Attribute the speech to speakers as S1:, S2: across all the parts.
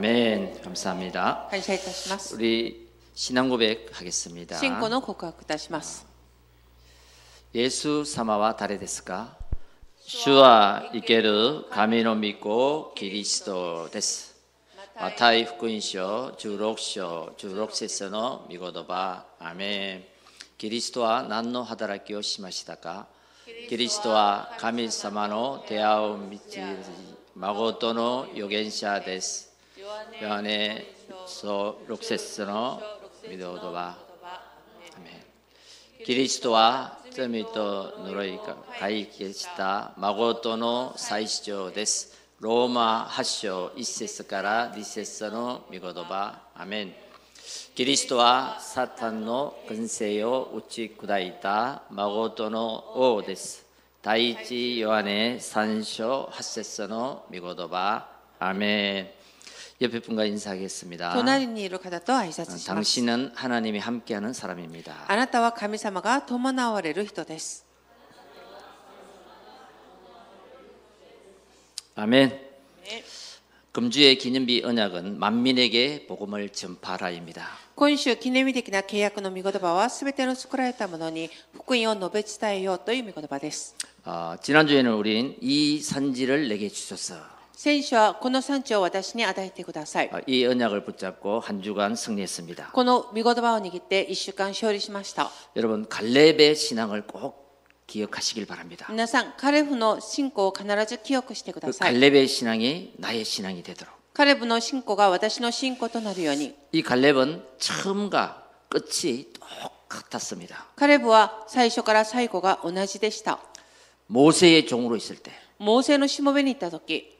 S1: 아멘. 감사합니다.
S2: 感謝いたします
S1: 우리 신앙 고백하겠습니다.
S2: 信仰の告白いたします
S1: 예수 사마와 다레 데스까? 주와 이케르 가미노 믿고 그리스도 데스. 마타이 후쿠인쇼 주록쇼 주록세서노 미고도바 아멘. 그리스도와 난노 하다라키오 시마시다까? 그리스도와 가미사마노 대아오 미치 마고토노 요겐샤 데스. 요한의 소그 록세스노 미도도바 아멘. キリストは罪と呪いが解決した孫の最主張です。ローマ8章1節から2節の御言葉、アメン。キリストはサタンの軍勢を打ち砕いた孫の王です。第一ヨハネ3章8節の御言葉、アメン。옆에분과인사하겠습니다
S2: 隣にいる方と挨拶します
S1: 당신은 하나님이 함께하는 사람입니다.
S2: あなたは神様が伴われる人です
S1: 아멘. 금주의 기념비 언약은 만민에게 복음을 전파하라입니다.
S2: 今週記念日的な契約の御言葉は全ての作られたものに福音を述べ伝えようという御言葉です
S1: 어, 지난주에는 우린 이 산지를 내게 주소서.
S2: 選手はこの産地を私に与えてください
S1: 어, 이 언약을 붙잡고 한 주간 승리했습니다.
S2: この御言葉を握って1週間勝利しました
S1: 여러분 갈렙의 신앙을 꼭 기억하시길 바랍니다.
S2: 皆さんカレフの信仰を必ず記憶してく
S1: 그
S2: ださい
S1: 갈렙의 신앙이 나의 신앙이 되도록.
S2: カレブの信仰が私の信仰となるように
S1: 이 갈렙은 처음과 끝이 똑같았습니다.
S2: カレブは最初から最後が同じでした。
S1: 모세의 종으로 있을 때,
S2: モーセのしもべに行った時、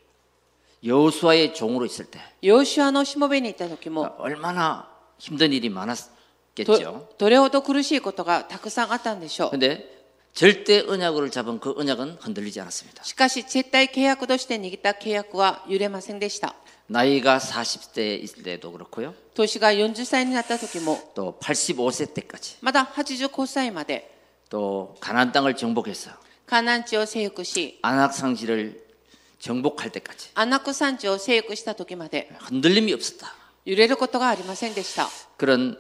S1: 여호수아의 종으로 있을 때
S2: ヨシュアのしもべに行った時
S1: 어,
S2: も、
S1: 얼마나 힘든 일이 많았겠죠.
S2: どどれほど苦しいことがたくさんあったんでしょう。
S1: 근데 절대 언약을 잡은 그 언약은 흔들리지 않았습니다.
S2: しかし、絶対契約として握った契約は揺れませんでした。
S1: 나이가 40대 있을 때도 그렇고요.
S2: 年が40歳になった時も、
S1: 또 85세 때까지
S2: まだ85歳まで、
S1: 또 가나안 땅을 정복해서
S2: カナン地を征服し、
S1: 안악상지를 정복할 때까지
S2: アナク山地を征服した時まで、
S1: 흔들림이 없었다.
S2: 揺れることがありませんでした。
S1: 그런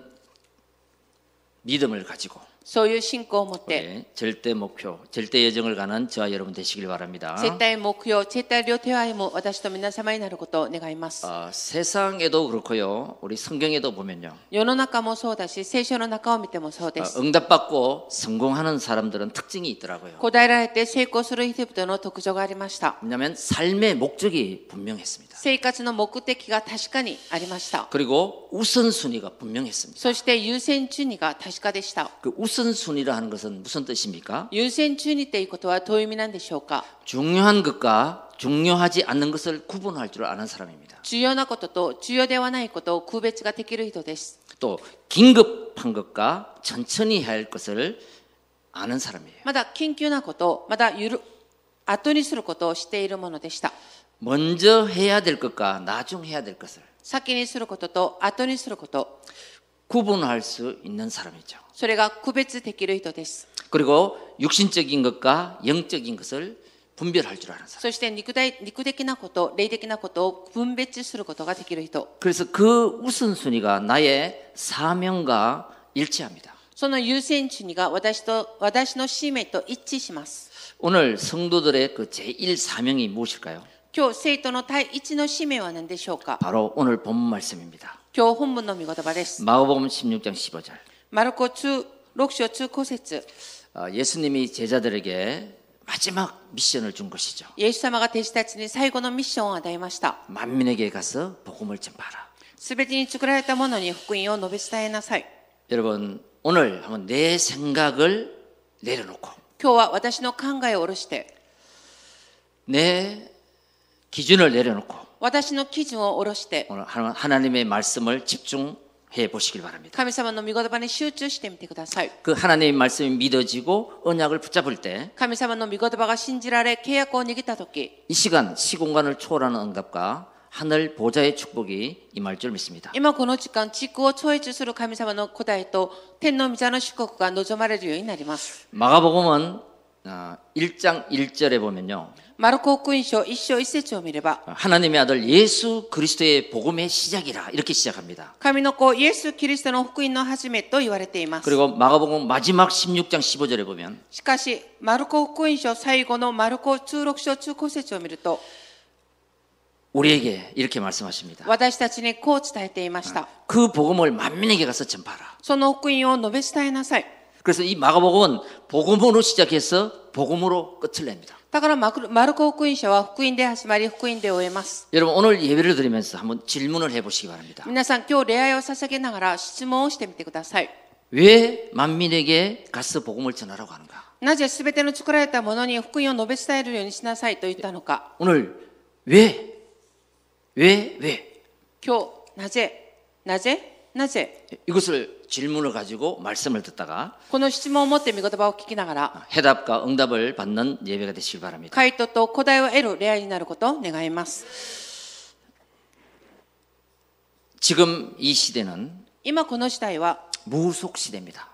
S1: 믿음을 가지고
S2: そういう信仰を持って、
S1: 네, 절대 목표, 절대 여정을 가는 저와 여러분 되시길 바랍니다.
S2: 絶対目標、絶対両手合いも私と皆様になることを願います。
S1: 어, 세상에도 그렇고요. 우리 성경에도 보면요.
S2: 世の中もそうだし聖書の中を見てもそうで
S1: 어,
S2: す
S1: 응답받고 성공하는 사람들은 특징이 있더라고요.
S2: 答えられて成功する人々の特徴がありました
S1: 왜냐하면 삶의 목적이 분명했습니다.
S2: 生活の目的が確かにありました
S1: 그리고 우선순위가 분명했습니다.
S2: そして優先順位が確かでした
S1: 그 우선순위라 하는 것은 무슨 뜻입니까?
S2: 優先順位っていうことはどういう意味なんでしょうか
S1: 중요한 것과 중요하지 않는 것을 구분할 줄 아는 사람입니다.
S2: 重要なことと重要ではないことを区別ができる人です
S1: 또 긴급한 것과 천천히 해야 할 것을 아는 사람이에요.
S2: まだ緊急なことまだゆる後にすることをしているものでした
S1: 먼저 해야 될 것과 나중 해야 될 것을
S2: 先にすることと後にすること
S1: 구분할 수 있는 사람이죠.
S2: それが区別できる人です
S1: 그리고 육신적인 것과 영적인 것을 분별할 줄 아는 사람.
S2: そして肉体肉的なこと、霊的なことを分別することができる人。
S1: 그래서 그 우선순위가 나의 사명과 일치합니다.
S2: その優先順位が私と、私の使命と一致します。
S1: 오늘 성도들의 그 제1 사명이 무엇일까요?
S2: 今日、生徒の第一の使命は何でしょうか
S1: 바로 오늘 본문 말씀입니다.
S2: 今日、本文の見言葉です。
S1: 마가복음 16장 15절.
S2: マルコ中、6章中古節。
S1: 어, 예수님이 제자들에게 마지막 미션을 준 것이죠.
S2: イエス様が弟子たちに最後のミッションを与えました。
S1: 만민에게 가서 복음을 전파하라.
S2: すべてに作られたものに福音を述べ伝えなさい。
S1: 여러분, 오늘 한번 내 생각을 내려놓고
S2: 今日は私の考えを下ろして、
S1: 내 기준을 내려놓고
S2: 私の基準を下ろして、
S1: 오늘 하나- 하나님의 말씀을 집중해 보시길 바랍니다.
S2: 神様の見言葉に集中してみてください。
S1: 그 하나님의 말씀이 믿어지고 언약을 붙잡을 때 이
S2: 神様の御言葉が信じられ契約を握った時
S1: 시간 시공간을 초월하는 응답과 하늘 보좌의 축복이 임할 줄 믿습니다.
S2: 今この時間地区を超越する神様の答えと天の御座の祝福が望まれるようになります
S1: 아, 마가복음은 어, 1장 1절에 보면요.
S2: マルコ福音書一章一節を見れば
S1: 하나님의 아들 예수 그리스도의 복음의 시작이라 이렇게 시작합니다.
S2: 神の子イエス・キリストの福音の始めと言われています
S1: 그리고 마가복음 마지막 16장 15절에 보면
S2: しかしマルコ福音書最後のマルコ通録書中古節を見ると
S1: 우리에게 이렇게 말씀하십니다.
S2: 私たちにこう伝えていました
S1: 그 복음을 만민에게 가서 전파하라.
S2: その福音を述べ伝えなさい
S1: 그래서 이 마가복음은 복음으로 시작해서 복음으로 끝을 냅니다.
S2: だからマクマルコ福音書は福音で始まり福音で終えます
S1: 여러분 오늘 예배를 드리면서 한번 질문을 해보시기 바랍니다.
S2: 皆さん今日礼拝を捧げながら質問をしてみてください
S1: 왜 만민에게 가서 복음을 전하라고 하는가?
S2: なぜ全ての作られたものに福音を述べ伝えるようにしなさいと言ったのか
S1: 오늘 왜? 왜? 왜?
S2: 今日なぜなぜなぜ
S1: 이것을 질문을 가지고 말씀을 듣다가
S2: この質問を持って御言葉を聞きながら
S1: 해답과 응답을 받는 예배가 되시길 바랍니다.
S2: 回答と答えを得る礼拝になることを願います。
S1: 지금 이 시대는
S2: 今この時代は
S1: 무속 시대입니다.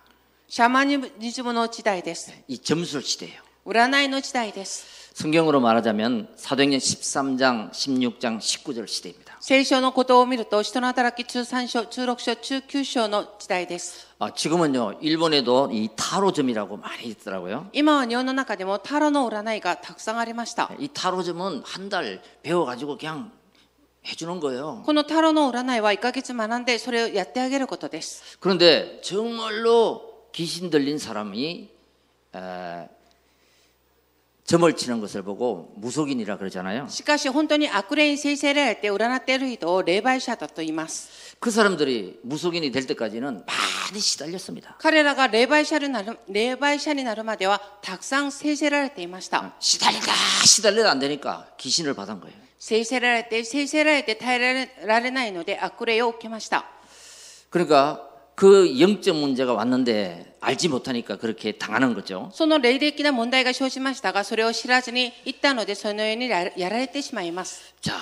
S2: シャーマニズムの時代です。
S1: 이 점술 시대예요.
S2: 占いの時代です。
S1: 성경으로 말하자면 사도행전 13장, 16장, 19절 시대입니다.
S2: 聖書のことを見ると、人の働き中3章、中6章、中9章の時代です。
S1: 아, 지금은요 일본에도 이 타로점이라고 많이 있더라고요.
S2: 今は日本の中でもタロの占いがたくさんありました。
S1: 이 타로점은 한 달 배워가지고 그냥 해주는 거예요.
S2: このタロの占いは1ヶ月学んで、それをやってあげることです。
S1: 그런데 정말로 귀신 들린 사람이 에, 점을 치는 것을 보고 무속인이라 그러잖아요.
S2: しかし、本当に悪霊に制せられて占っている人を霊媒者だと言います。
S1: 그 사람들이 무속인이 될 때까지는 많이 시달렸습니다.
S2: 彼らが霊媒者になる霊媒者になるまでは、たくさん制せられていました。
S1: 시달리다 시달려도 안 되니까 귀신을 받은 거예요.
S2: 制せられて、制せられて耐えられられないので悪霊を受けました。
S1: 그러니까 그 영적 문제가 왔는데 알지 못하니까 그렇게 당하는 거죠.
S2: その霊的な問題が生じましたが、それを知らずに行ったので、そのようにやらやられてしまいます。
S1: 자,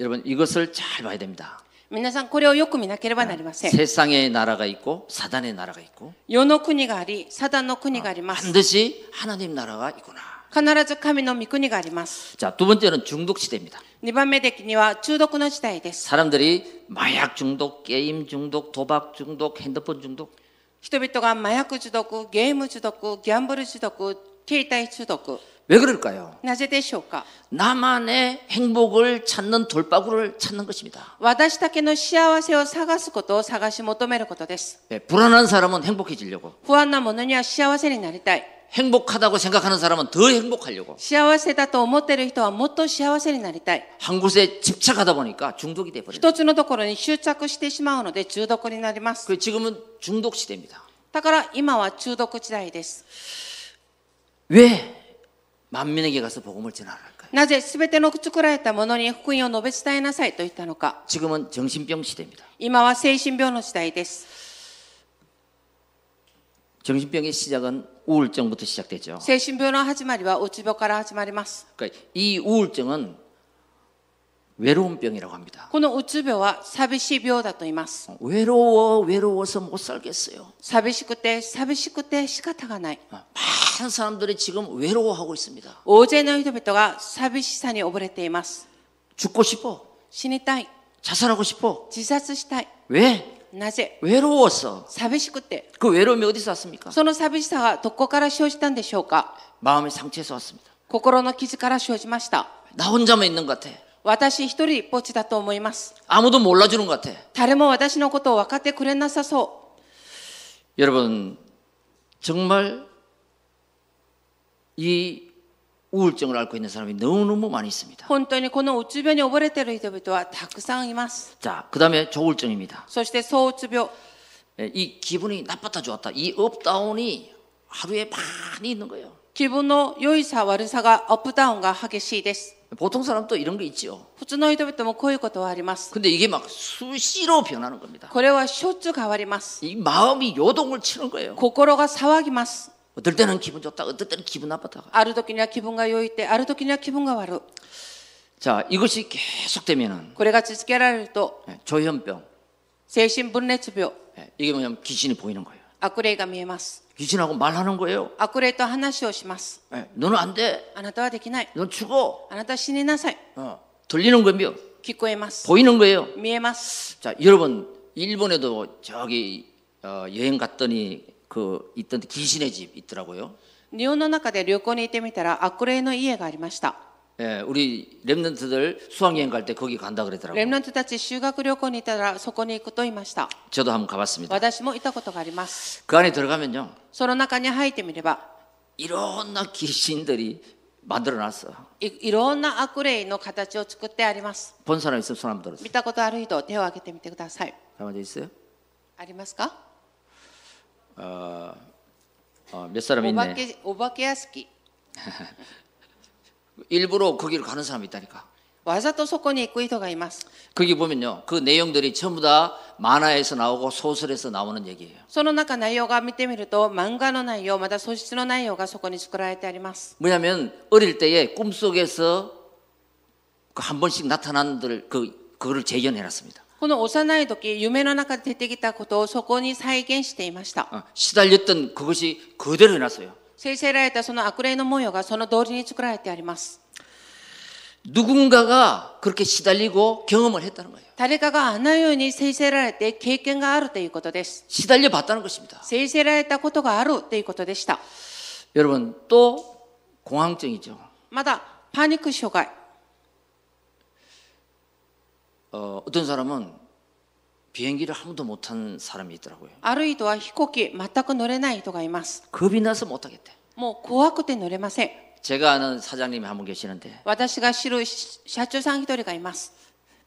S1: 여러분 이것을 잘 봐야 됩니다.
S2: 皆さん、これをよく見なければなりません。
S1: 세상의 나라가 있고 사단의 나라가 있고
S2: 世の国があり、サダンの国があります。
S1: 반드시 하나님 나라가 있구나.
S2: 必ず神の御国があります。
S1: 자, 두 번째는 중독 시대입니다.
S2: 2番目的には中毒の時代です。
S1: 사람들이 마약 중독, 게임 중독, 도박 중독, 핸드폰 중독
S2: 人々が麻薬中毒、ゲーム中毒、ギャンブル中毒、携帯中毒。
S1: 왜 그럴까요?
S2: なぜでしょうか
S1: 나만의 행복을 찾는 돌바구를 찾는 것입니다.
S2: 私だけの幸せを探すことを探し求めることです。
S1: 예, 불안한 사람은 행복해지려고
S2: 不安なものには幸せになりたい。
S1: 행복하다고 생각하는 사람은 더 행복하려고
S2: 幸せだと思っている人はもっと幸せになりたい。
S1: 한 곳에 집착하다 보니까 중독이 돼 버려요.
S2: 一つのところに執着してしまうので中毒になります。
S1: 그 지금은 중독 시대입니다.
S2: だから今は中毒時代です。
S1: 왜 만민에게 가서 복음을 전하랄까요?
S2: なぜ全ての作られたものに福音を述べ伝えなさいと言ったのか。
S1: 지금은 정신병 시대입니다.
S2: 今は精神病の時代です。
S1: 정신병의 시작은 우울증부터 시작되죠.
S2: 精神病の始まりはうつ病から始まります。
S1: 그러니까 이 우울증은 외로운 병이라고 합니다.
S2: このうつ病は寂しい病だと言います。
S1: 외로워 외로워서 못 살겠어요.
S2: 寂しくて寂しくて仕方がない。
S1: 아, 많은 사람들이 지금 외로워하고 있습니다.
S2: 大勢の人々が寂しさに溺れています。
S1: 죽고 싶어.
S2: 死にたい。
S1: 자살하고 싶어.
S2: 自殺したい。
S1: 왜?
S2: なぜ
S1: 외로워서.
S2: 寂しくて
S1: 그 외로움이 어디서 왔습니까?
S2: その寂しさがどこから生じたんでしょうか
S1: 마음의 상처에서 왔습니다.
S2: 心の傷から生じました
S1: 나 혼자만 있는 것 같아.
S2: 私一人ぼっちだと思います
S1: 아무도 몰라주는 것 같아.
S2: 誰も私のことを分かってくれなさそ
S1: 여러분 정말 이 우울증을 앓고 있는 사람이 너무너무 많이
S2: う
S1: 있습니다.
S2: 本当にこのうつ病に溺れている人々はたくさんいます
S1: 자, 그다음에 조울증입니다.
S2: そして躁うつ病
S1: 예, 이 기분이 나빴다 좋았다 이 업다운이 하루에 많이 있는 거예요.
S2: 気分の良いさ悪さがアップダウンが激しいです
S1: 보통 사람도 이런 게 있죠.
S2: 普通の人々もこういうことはあります
S1: 근데 이게 막 수시로 변하는 겁니다.
S2: これはしょっちゅう変わります
S1: 이 마음이 요동을 치는 거예요.
S2: 心が騒ぎます
S1: 어떨 때는 기분 좋다, 어떨 때는 기분 나빴다가.
S2: ある時には気分が良いってある時には気分が悪
S1: 자, 이것이 계속되면은
S2: いこれが続けられると
S1: 예, 조현병.
S2: 精神分裂病
S1: 예, 이게 뭐냐면 귀신이 보이는 거예요.
S2: 悪霊が見えます
S1: 귀신하고 말하는 거예요.
S2: 悪霊と話をします。
S1: 예, 너는 안 돼.
S2: あなたはできない。
S1: 넌 죽어.
S2: あなた死になさい。
S1: 어, 들리는 거예요.
S2: 聞こえます。
S1: 보이는 거예요.
S2: 見えます。
S1: 자, 여러분 일본에도 저기 어, 여행 갔더니 그 있던 귀신의 집 있더라고요.
S2: 日本の中で旅行に行ってみたら悪霊の家がありました。
S1: 예, 우리 랩런트들 수학여행 갈 때 거기 간다
S2: レ
S1: 그러더라고요.
S2: ムナントたち修学旅行に行ったらそこに行くと言いました。
S1: 저도 한번 가봤습니다.
S2: 私も行ったことがあります。
S1: 그 안에 들어가면요,
S2: その中に入ってみれば、
S1: 이런 나 귀신들이 만들어놨어.
S2: いいろんな悪霊の形を作ってあります。
S1: 본 사람 있으면 손 한번 들었어.
S2: 見たことある人、手を挙げてみてください。
S1: 가만히 있어요.
S2: ありますか
S1: 어, 몇 사람
S2: お
S1: 있네.
S2: 化けお化け屋敷。
S1: 일부러 거기를 가는 사람이 있다니까.
S2: わざとそこに行く人がいます。
S1: 거기 보면요, 그 내용들이 전부 다 만화에서 나오고 소설에서 나오는 얘기예요.
S2: その中内容が見てみると、漫画の内容、また素質の内容がそこに作られてあります。
S1: 뭐냐면 어릴 때에 꿈속에서 그한 번씩 나타난들 그 그거를 재현해놨습니다.
S2: この幼い時、夢の中で出てきたことをそこに再現していました。
S1: 어, 시달렸던 그것이 그대로 해놨어요.
S2: 生成られたその悪霊の模様がその通りに作られてあります。
S1: 누군가가 그렇게 시달리고 경험을 했다는 거예요.
S2: 誰かがあのように生成られて経験があるということです。
S1: 시달려 봤다는 것입니다.
S2: 生成られたことがあるということでした。
S1: 여러분 또 공황증이죠.
S2: まだパニック障害。
S1: 어, 어떤 사람은 비행기를 한 번도 못 탄 사람이 있더라고요.
S2: ある人は飛行機全く乗れない人がいます。
S1: 겁이 나서 못 타겠대.
S2: もう怖くて乗れません。
S1: 제가 아는 사장님이 한 분 계시는데
S2: 私が知る社長さん一人がいます。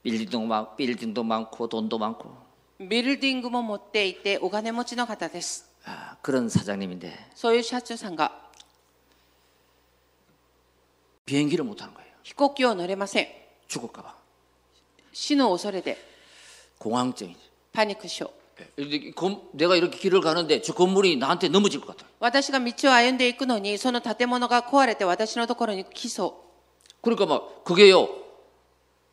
S1: 빌딩도 많, 빌딩도 많고 돈도 많고
S2: ビルディングも持っていてお金持ちの方です。
S1: 아, 그런 사장님인데
S2: そういう社長さんが
S1: 비행기를 못 타는 거예요.
S2: 飛行機を乗れません。
S1: 죽을까 봐.
S2: 死の恐れで
S1: 공황증이지.
S2: パニック症。
S1: 예, 이렇게 건- 내가 이렇게 길을 가는데 저 건물이 나한테 넘어질 것 같아.
S2: 私が道を歩んでいくのに、その建物が壊れて私のところに来そう。
S1: 그러니까 막 그게요.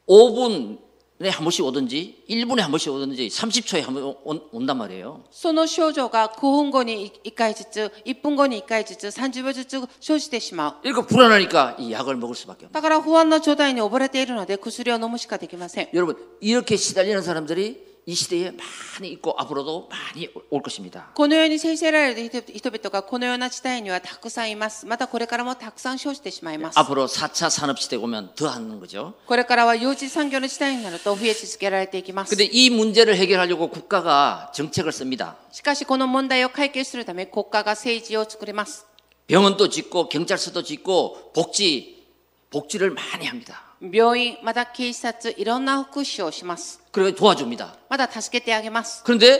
S1: 5분에 한 번씩 오든지 1분에 한 번씩 오든지 30초에 한 번 온단 말이에요.
S2: その症状が5分後に1回ずつ、1分後に1回ずつ、30秒ずつ生じてしまう。
S1: 그러니까 불안하니까 이 약을 먹을 수밖에 없어요.
S2: だから不安な状態に溺れているので薬を飲むしかできません。
S1: 여러분 이렇게 시달리는 사람들이 이 시대에 많이 있고 앞으로도 많이 올 것입니다.
S2: このように生成られる人人々がこのような事態にはたくさんいます。またこれからもたくさん生じてしまいます。
S1: 앞으로 4차 산업 시대 오면 더 하는 거죠.
S2: これからは幼児産業の時代になると増え続けられていきます。
S1: 근데 이 문제를 해결하려고 국가가 정책을 씁니다.
S2: しかしこの問題を解決するため国家が政治を作ります。
S1: 병원도 짓고 경찰서도 짓고 복지 복지를 많이 합니다.
S2: 病院、また警察、いろんな福祉をします。
S1: 그래서 도와줍니다.
S2: まだ助けてあげます。
S1: 그런데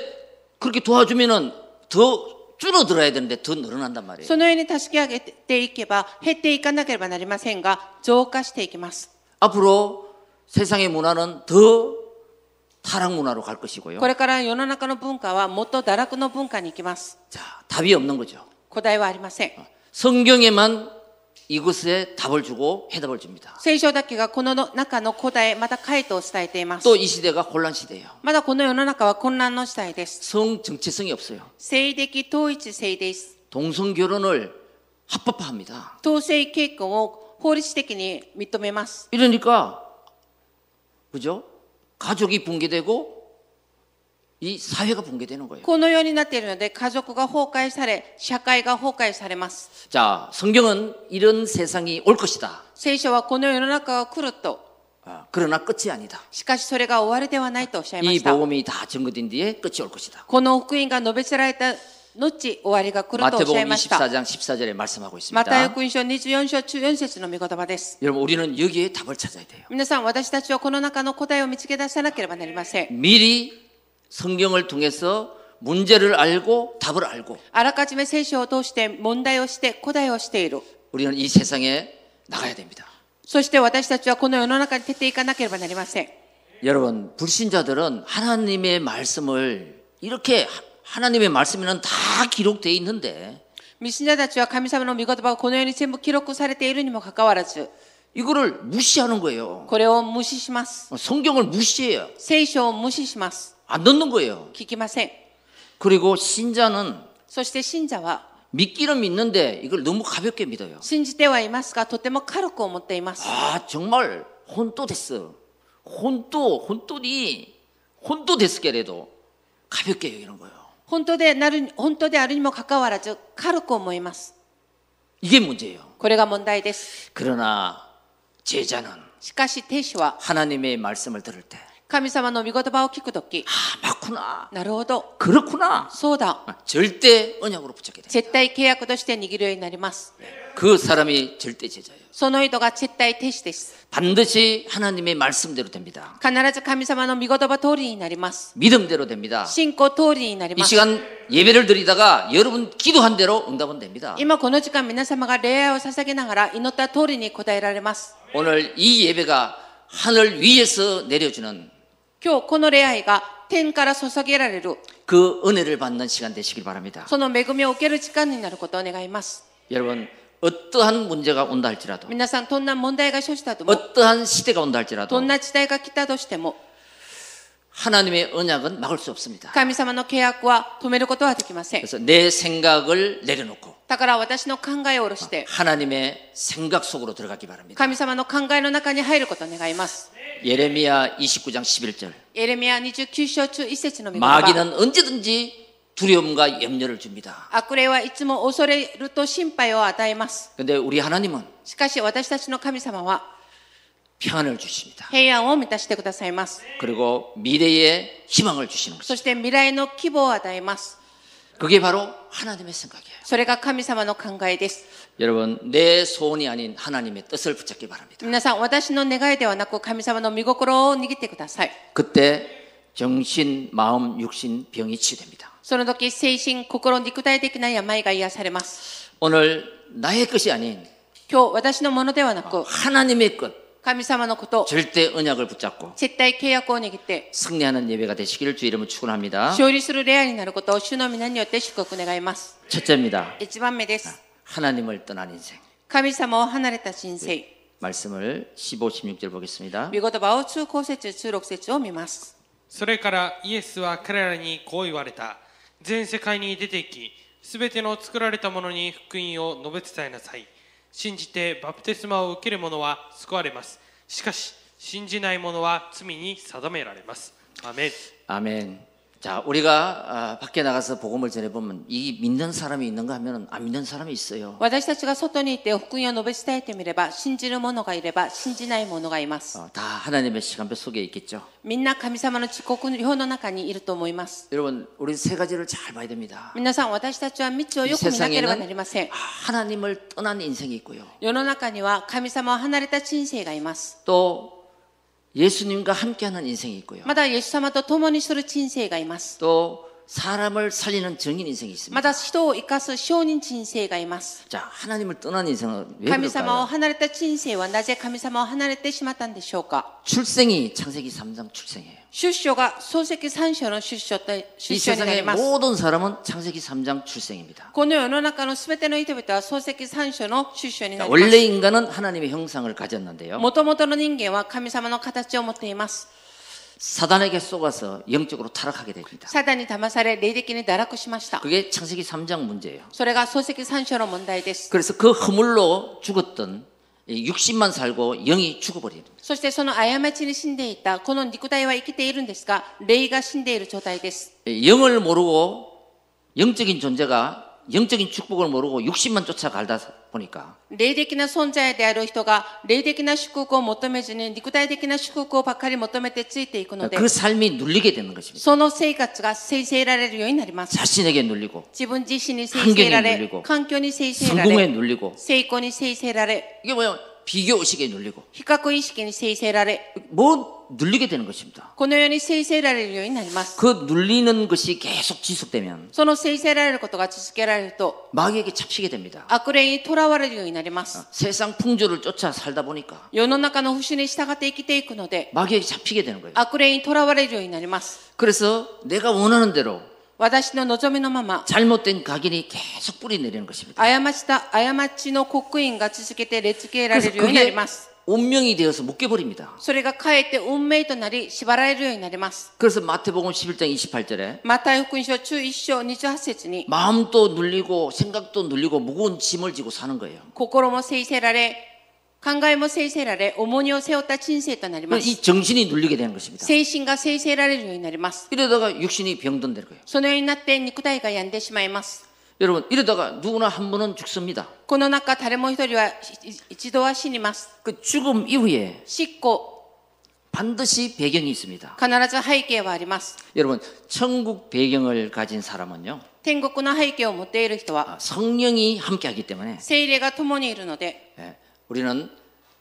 S1: 그렇게 도와주면은 더 줄어들어야 되는데 더 늘어난단 말이에요.
S2: そのように助け上げていけば減っていかなければなりませんが増加していきます
S1: 앞으로 세상의 문화는 더 타락 문화로 갈 것이고요.
S2: これから世の中の文化はもっと堕落の文化に行きます
S1: 자, 답이 없는 거죠.
S2: 答えはありません
S1: 성경에만 이것에 답을 주고 해답을 줍니다.
S2: 聖書だけがこの中の答えまた回答を伝えています
S1: 또 이 시대가 혼란 시대예요.
S2: まだこの世の中は混乱の時代です
S1: 성 정체성이 없어요.
S2: 性的統一性です
S1: 동성 결혼을 합법화합니다.
S2: 統制結婚を法律的に認めます
S1: 이러니까 그죠? 가족이 붕괴되고 이 사회가 붕괴되는 거예요.
S2: このようになっているので家族が崩壊され社会が崩壊されます
S1: 자, 성경은 이런 세상이 올 것이다.
S2: 聖書はこの世の中が来ると
S1: 아, 그러나 끝이 아니다.
S2: しかしそれが終わりではないとおっしゃいま
S1: 이
S2: した
S1: 복음이 다 증거된 뒤에 끝이 올 것이다.
S2: この福音が述べ伝えられた後、終わりが来るとおっしゃい
S1: 마태복음
S2: ました。
S1: 24장 14절에 말씀하고
S2: マタイ
S1: 있습니다.
S2: 福音書24章中4節の御言葉です。
S1: 여러분 우리는 여기에 답을 찾아야 돼요.
S2: 皆さん、私たちはこの中の答えを見つけ出さなければなりません。
S1: 미리 성경을 통해서 문제를 알고 답을 알고
S2: あらかじめ聖書を通して問題をして答えをしている。
S1: 우리는 이 세상에 나가야 됩니다.
S2: そして私たちはこの世の中に出ていかなければなりません。
S1: 여러분 불신자들은 하나님의 말씀을 이렇게 하- 하나님의 말씀에는 다 기록되어 있는데
S2: ミシナたちは神様の御言葉がこの世に全部記録されているにもかかわらず、
S1: 이거를 무시하는 거예요.
S2: これを無視します。
S1: 성경을 무시해요.
S2: 聖書を無視します。
S1: 안 듣는 거예요.
S2: 聞きません。
S1: 그리고 신자는
S2: そして信者は
S1: 믿기는 믿는데 이걸 너무 가볍게 믿어요.
S2: 信じてはいますがとても軽く思っています。
S1: 아 정말 혼도 됐어. 혼도 혼돈이 혼도 됐을게래도 가볍게 여기는 거예요.
S2: 本当でなる本当であるにもかかわらず軽く思います。
S1: 이게 문제예요.
S2: これが問題です。
S1: 그러나 제자는
S2: しかし天使は
S1: 하나님의 말씀을 들을 때,
S2: 神様の御言葉を聞くとき、
S1: 아, 맞구나.
S2: なるほど、
S1: 그렇구나.
S2: そうだ、
S1: 절대 언약으로 붙잡게 돼.
S2: 絶対契約として握るようになります。
S1: 그 사람이 절대 제자예요.
S2: その人が絶対天使です。
S1: 반드시 하나님의 말씀대로 됩니다.
S2: 必ず神様の御言葉通りになります。
S1: 믿음대로 됩니다.
S2: 信仰通りになり
S1: 이
S2: ます。
S1: 시간 예배를 드리다가 여러분 기도한 대로 응답은 됩니다.
S2: 今この時間皆様が礼拝を捧げながら祈った通りに答えられます。
S1: 오늘 이 예배가 하늘 위에서 내려주는
S2: 今日この礼拝が天から注げられる、
S1: 그 은혜를 받는 시간 되시길 바랍니다.
S2: その恵みを受ける時間になることを願います。
S1: 여러분 어떠한 문제가 온다 할지라도
S2: 皆さん、どんな問題が生じたとも、
S1: 어떠한 시대가 온다
S2: ど
S1: 할지라도
S2: んな時代が来たとしても、
S1: 하나님의 언약은 막을 수 없습니다.
S2: 神様の契約は止めることはできません。
S1: 그래서 내 생각을 내려놓고
S2: だから私の考えを下ろして、
S1: 하나님의 생각 속으로 들어가기 바랍니다.
S2: 神様の考えの中に入ることを願います。
S1: 예레미야 29장 11절
S2: エレミア29章中1節の御言葉
S1: 마귀는 언제든지 두려움과 염려를 줍니다.
S2: 悪霊はいつも恐れると心配を与えます。
S1: 근데 우리 하나님은
S2: しかし私たちの神様は
S1: 평안을 주십니다.
S2: 平安を満たしてくださいます。
S1: 그리고 미래에 희망을 주시는 것입니다.
S2: そして未来の希望を与えます。
S1: 그게 바로 하나님의 생각이에요.
S2: それが神様の考えです。
S1: 여러분 내 소원이 아닌 하나님의 뜻을 붙잡기 바랍니다.
S2: 皆さん、私の願いではなく神様の御心を握ってください。
S1: 그때 정신, 마음, 육신 병이 치유됩니다.
S2: その時、精神、心、肉体的な病が癒されます。
S1: 오늘 나의 것이 아닌
S2: 今日、私のものではなく、
S1: 하나님의 것
S2: 神様のこと、
S1: 절대 언약을 붙잡고
S2: 絶対契約を握って、
S1: 승리하는 예배가 되시기를 주 이름으로 축원합니다.
S2: 勝利するレアになることを主の皆によって祝福願います。
S1: 첫째입니다.
S2: 1番目です。
S1: 하나님을 떠난 인생.
S2: 神様を離れた人生。
S1: 말씀을 15, 16절 보겠습니다.
S2: 御言葉を中高節、中六節を見ます。
S3: それからイエスは彼らにこう言われた。全世界に出て行き、すべての作られたものに福音を述べ伝えなさい。信じてバプテスマを受ける者は救われます。しかし、信じない者は罪に定められます。アメン。
S1: 아멘. 자, 우리가 아, 밖에 나가서 복음을 전해 보면 이 믿는 사람이 있는가 하면은 안 믿는 사람이 있어요.
S2: 私たちが外にいて福音を述べ伝えてみれば、信じる者がいれば、信じない者がいます。
S1: 어, 다 하나님의 시간표 속에 있겠죠.
S2: みんな神様の時刻の表の中にいると思います。
S1: 여러분, 우리 세 가지를 잘 봐야 됩니다.
S2: 皆さん、私たちは道を
S1: 이
S2: よく見なければなり
S1: 세상에는
S2: ません
S1: 아, 。 하나님을 떠난 인생이 있고요.
S2: 世の中には神様を離れた人生がいます。
S1: 또 예수님과 함께하는 인생이 있고요.
S2: まだイエス様と共にする人生がいます。
S1: 또 사람을 살리는 정인 인생이
S2: ま
S1: 있습니다.
S2: だ人を生かす商人人生がいます。
S1: 자, 하나님을 떠난 인생은 왜
S2: 神様
S1: 그럴까요?
S2: を離れた人生はなぜ神様を離れてしまったんでしょうか
S1: 출생이 창세기 3장 출생이에요.
S2: 出所が漱石三章の出所と
S1: 이
S2: 出所になり
S1: 세상의
S2: ます
S1: 모든 사람은 창세기 3장 출생입니다.
S2: この世の中の全ての人々は漱石三章の出所にな
S1: 그러니까
S2: ります
S1: 원래 인간은 하나님의 형상을 가졌는데요.
S2: もともとの人間は神様の形を持っています
S1: 사단에게 속아서 영적으로 타락하게 됩니다.
S2: サタンに騙され霊的に堕落しました
S1: 그게 창세기 3장 문제예요.
S2: それが漱石三章の問題です
S1: 그래서 그 허물로 죽었던 이 육신만 살고 영이 죽어버리는.
S2: そしてその過ちに死んでいたこの肉体は生きているんですが霊が死んでいる状態です
S1: 예, 영을 모르고 영적인 존재가 영적인 축복을 모르고 육신만 쫓아가다 보니까
S2: 霊的な存在である人が霊的な祝福を求めずに肉体的な祝福をばっかり求めてついていくので
S1: 그 삶이 눌리게 되는 것입니다.
S2: その生活が生成られるようになります。
S1: 자신에게 눌리고
S2: 自分自身に生成ら
S1: 환경에눌리고
S2: れ、環境に生成ら
S1: 성공에
S2: れ、
S1: 눌리고
S2: 成功に生成られ、
S1: 이게 뭐야 비교 의식에 눌리고
S2: 比較意識に生成られ、
S1: 뭐 눌리게 되는 것입니다.
S2: このように生成られるようになります。
S1: 그 눌리는 것이 계속 지속되면
S2: その生成られることが続けられると、
S1: 마귀에게 잡히게 됩니다.
S2: 悪霊にとらわれるようになります。
S1: 세상 풍조를 쫓아 살다 보니까
S2: 世の中の不死に従って生きていくので、
S1: 마귀에게 잡히게 되는 거예요.
S2: 悪霊にとらわれるようになります。
S1: 그래서 내가 원하는 대로
S2: 私の望みのまま、
S1: 잘못된 각인이 계속 뿌리 내리는 것입니다.
S2: 過ちた過ちの刻印が続けて列付けられ
S1: 그래서
S2: るようになり
S1: 그게
S2: ます。
S1: 운명이 되어서 묶여버립니다.
S2: それがかえって運命となり縛られるようになります。
S1: 그래서 마태복음 11장 28절에
S2: マタイ福音書11章28節に
S1: 마음도 눌리고 생각도 눌리고 무거운 짐을 지고 사는 거예요.
S2: 心も制せられ、考えも制せられ、重荷を背負った人生となりま
S1: 그러니까 이
S2: す。
S1: 정신이 눌리게 되는 것입니다.
S2: 精神が制せられるようになります。
S1: 이러다가 육신이 병든 거예요.
S2: そのようになって肉体が病んでしまいます。
S1: 여러분 이러다가 누구나 한 분은 죽습니다.
S2: この中、誰も一人は一一度は死にます。
S1: 그 죽음 이후에
S2: 執行、
S1: 반드시 배경이 있습니다.
S2: 必ず背景はあります。
S1: 여러분 천국 배경을 가진 사람은요
S2: 天国の背景を持っている人は、
S1: 아, 성령이 함께하기 때문에
S2: 聖霊が共にいるので、
S1: 예, 우리는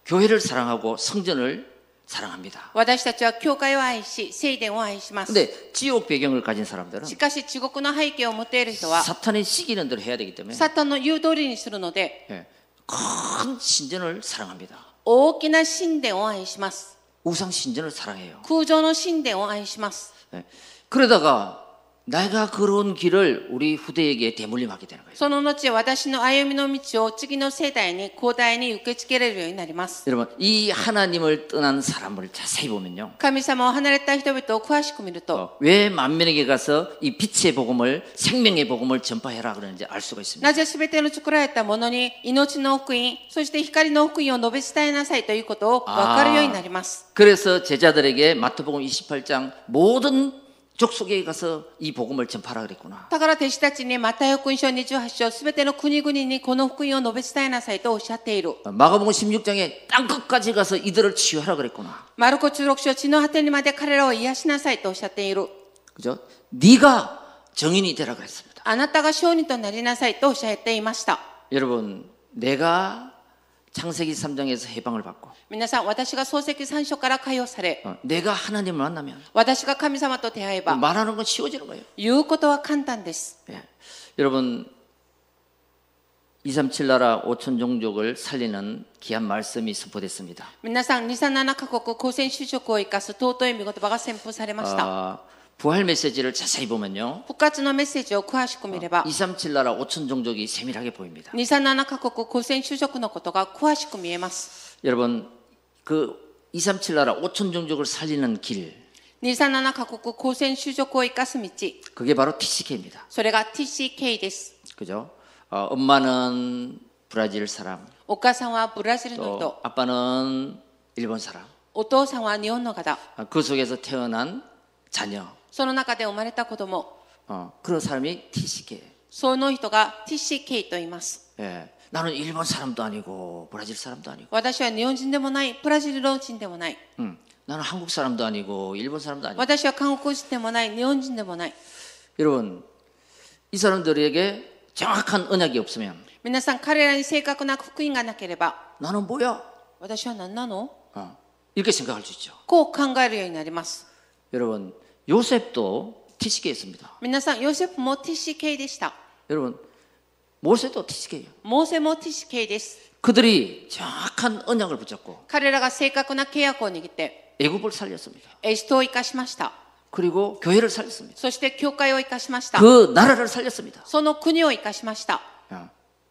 S1: 교회를 사랑하고 성전을 사랑합니다.
S2: 私たちは教会を愛し、聖殿を愛します。
S1: 근데 지옥 배경을 가진 사람들은
S2: しかし、地獄の背景を持っている人は、
S1: 사탄의 시기는 대로 해야 되기 때문에
S2: サタンの言う通りにするので、
S1: 예, 큰 신전을 사랑합니다.
S2: 大きな神殿を愛します。
S1: 우상 신전을 사랑해요.
S2: 空上の神殿を愛します。
S1: 예, 그러다가 내가 걸어온 길을 우리 후대에게 대물림하게 되는 거예요.
S2: その後、私の歩みの道を次の世代に、広大に受け付けられるようになります。
S1: 여러분 이 하나님을 떠난 사람을 자세히 보면요
S2: 神様を離れた人々を詳しく見ると、
S1: 어, 왜 만민에게 가서 이 빛의 복음을 생명의 복음을 전파해라 그러는지 알 수가 있습니다.
S2: なぜ全ての作られたものに命の福音、そして光の福音を述べ伝えなさいということを分かるようになります。
S1: 그래서 제자들에게 마태복음 28장 모든 족속에 가서 이 복음을 전파하라 그랬구나.
S2: だから弟子たちにマタイ福音書28章すべての国々にこの福音を述べ伝えなさいとおっしゃっている。
S1: 어, 마가복음 16장에 땅 끝까지 가서 이들을 치유하라 그랬구나.
S2: マルコ16章地の果てにまで彼らを癒しなさいとおっしゃっている。
S1: 그죠? 네가 정인이 되라 그랬습니다.
S2: あなたが商人となりなさいとおっしゃっていました。
S1: 여러분, 내가 창세기 3장에서 해방을 받고
S2: 皆さん、私が漱石三章から解放され、
S1: 어, 내가 하나님을 만나면
S2: 私が神様と出会えば、
S1: 말하는 건 쉬워지는 거예요.
S2: 言うことは簡単です。
S1: 예. 여러분 237 나라 5천 종족을 살리는 귀한 말씀이 선포됐습니다.
S2: 皆さん、237カ国、公選就職を生かす尊い見言葉が宣布されました。
S1: 아, 부활 메시지를 자세히 보면요.
S2: 復活のメッセージを詳しく見れば、
S1: 237 na라 5천 종족이 세밀하게 보입니다.
S2: 237カ国、公選就職のことが詳しく見えます。
S1: 여러분 그 237 나라 5천 종족을 살리는 길
S2: 237カ国、公選就職を生かす道、
S1: 그게 바로 TCK입니다.
S2: それが TCK です。
S1: 그죠? 어, 엄마는 브라질 사람,
S2: お母さんはブラジル
S1: 또
S2: の人、
S1: 아빠는 일본 사람.
S2: お父さんは日本の方、
S1: 아, 그 속에서 태어난 자녀.
S2: その中で生まれた子供、
S1: 어, 그런 사람이 TCK.
S2: その人が TCK と言います。
S1: 예, 나는 일본 사람도 아니고 브라질 사람도 아니고
S2: 私は日本人でもない、ブラジル人でもない、
S1: 음, 나는 한국 사람도 아니고 일본 사람도 아니고
S2: 私は韓国人でもない、日本人でもない。
S1: 여러분 이 사람들에게 정확한 언약이 없으면
S2: 皆さん、彼らに正確な福音がなければ、
S1: 나는 뭐야
S2: 私は何なの
S1: 어, 이렇게 생각할 수 있죠
S2: こう考えるようになります。
S1: 여러분 요셉도 TCK였습니다
S2: 皆さん、ヨセフも TCK でした。
S1: 여러분 모세도 TCK예요
S2: モーセも TCK です。
S1: 그들이 정확한 언약을 붙잡고
S2: 彼らが正確な契約を握って、
S1: 애굽을 살렸습니다
S2: エジプトを生かしました。
S1: 그리고 교회를 살렸습니다
S2: そして、教会を生かしました。
S1: 그 나라를 살렸습니다
S2: その国を生かしました。
S1: 어,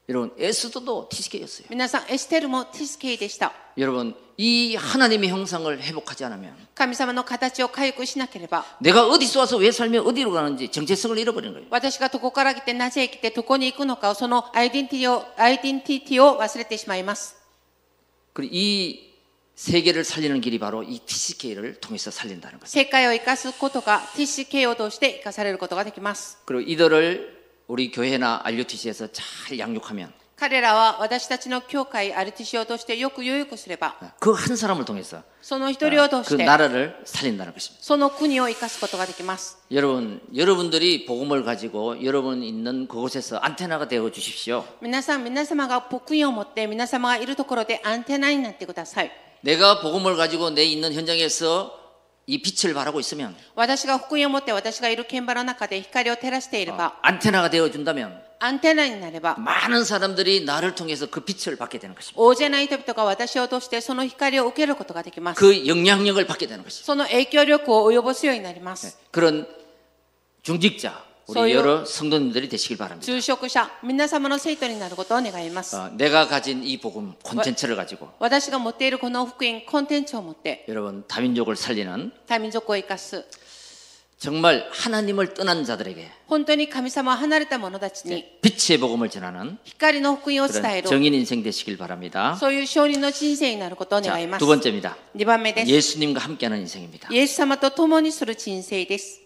S1: 여러분 에스더도 TCK였어요
S2: 皆さん、エステルも TCK でした。
S1: 여러분 이 하나님의 형상을 회복하지 않으면
S2: 神様の形を回復しなければ、
S1: 내가 어디서 와서 왜 살며 어디로 가는지 정체성을 잃어버리는 거예요.
S2: 私がどこから来て、なぜ来て、どこに行くのかを、そのアイデンティティを、アイデンティティを忘れてしまいます。
S1: 그리고 이 세계를 살리는 길이 바로 이 TCK를 통해서 살린다는 거죠.
S2: 世界を生かすことが、TCK を通して生かされることができます。
S1: 그리고 이들을 우리 교회나 RUTC에서 잘 양육하면
S2: 彼らは私たちの教会、RTC を通してよく養育すれば、
S1: 그 한 사람을 통해서
S2: その一人を通
S1: 그
S2: して、
S1: 나라를 살린다는 것입니다.
S2: その国を生かすことができます。
S1: 여러분, 여러분들이 복음을 가지고 여러분 있는 그곳에서 안테나가 되어 주십시오.
S2: 皆さん、皆様が복音を持って、皆様がいるところでアンテナになってください。
S1: 내가 복음을 가지고 내 있는 현장에서 이 빛을 바라고 있으면
S2: 私が福音を持って、私がいる現場の中で光を照らしていれ
S1: 어,
S2: ば、
S1: 안테나가 되어 준다면
S2: アンテナになれば、
S1: 많은 사람들이 나를 통해서 그 빛을 받게 되는 것입니다.
S2: 大勢な人々が私を通してその光を受けることができます。
S1: 그 영향력을 받게 되는 것입니다.
S2: その影響力を及ぼすようになります。
S1: 그런 중직자,
S2: そう
S1: 우리
S2: いう
S1: 여러 성도님들이 되시길 바랍니다.
S2: 殉職者皆様の生徒になることを願います
S1: 어, 내가 가진 이 복음 콘텐츠를 가지고
S2: 私が持っているこの福音コンテンツを持って
S1: 여러분 다민족을 살리는
S2: 多民族を生かす
S1: 정말 하나님을 떠난 자들에게
S2: 本当に神様を離れた者たちに
S1: 빛의 복음을 전하는
S2: 光の福音を伝え
S1: 그런
S2: る
S1: 정인 인생 되시길 바랍니다.
S2: そういう証人の人生になることを願いま
S1: 자,
S2: す
S1: 두 번째입니다.
S2: 2番目ですイ
S1: 예수님과 함께하는 인생입니다.
S2: エス様と共にする人生です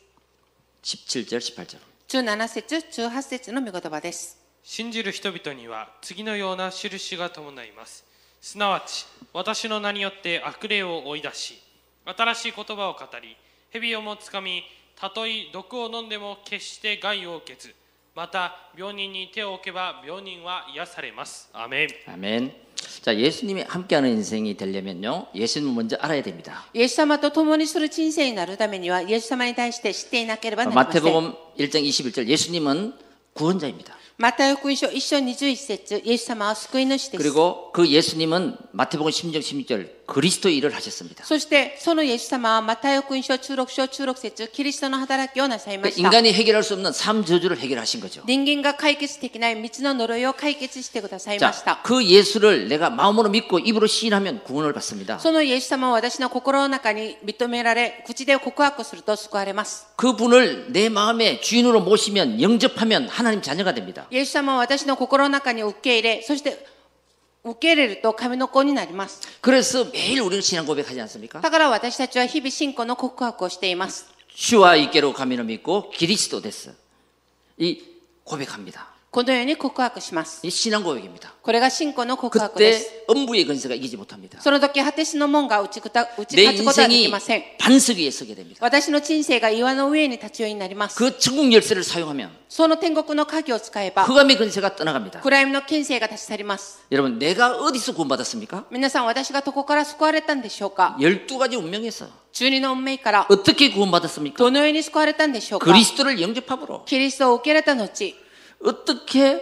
S1: 17절, 18절.
S2: 17節18節の御言葉です
S3: 信じる人々には次のような印が伴いますすなわち私の名によって悪霊を追い出し新しい言葉を語り蛇をもつかみたとえ毒を飲んでも決して害を受けずまた病人に手を置けば病人は癒されますアーメン
S1: 아멘. 자, 예수님이 함께하는 인생이 되려면요. 예수님 먼저 알아야 됩니다.
S2: イエス様と共にする人生になるためにはイエス様に対して知っていなければなりません
S1: 마태복음 1장 21절. 예수님은 구원자입니다.
S2: マタイ福音書1章21節イエス様は救い主です
S1: 그리고 그 예수님은 마태복음 16장 16절 그리스도의 일을 하셨습니다.
S2: そしてそのイエス様はマタイ福音書中6章中6節キリストの働きをなさいま
S1: 그러니까
S2: した
S1: 인간이 해결할 수 없는 삶 저주를 해결하신 거죠.
S2: 人間が解決できない道の呪いを解決してくださいました
S1: 자, 그 예수를 내가 마음으로 믿고 입으로 시인하면 구원을 받습니다.
S2: そのイエス様は私の心の中に認められ、口で告白すると救われます。
S1: 그 분을 내 마음의 주인으로 모시면 영접하면 하나님 자녀가 됩니다.
S2: イエス様は私の心の中に受け入れ、そして受け入れると神の子になります。
S1: 그래서 매일 우리는 신앙 고백하지 않습니까?
S2: だから私たちは日々信仰の告白をしています。
S1: 주와 이께로 가미를 믿고 그리스도 됐어. 이 고백합니다.
S2: このように告白します。
S1: 이 신앙 고백입니다.
S2: これが信仰の告白です。
S1: 아, 그때 음부의 근세가 이기지 못합니다.
S2: その時、果てしの門が打ちくた打ち
S1: 내
S2: 勝つことはでき
S1: 인생이
S2: ません。
S1: 반석 위에 서게 됩니다.
S2: 私の人生が岩の上に立つようになります。
S1: 그 천국 열쇠를 사용하면
S2: その天国の鍵を使えば、
S1: 흑암의 근세가 떠나갑니다.
S2: 暗闇の権勢が立ち去ります。
S1: 여러분 내가 어디서 구원받았습니까?
S2: 皆さん、私がどこから救われたんでしょうか
S1: 12가지 운명에서
S2: 中二の運命から、
S1: 어떻게 구원받았습니까?
S2: どのように救われたんでしょうか
S1: 그리스도를 영접함으로
S2: キリストを受け入れた後、
S1: 어떻게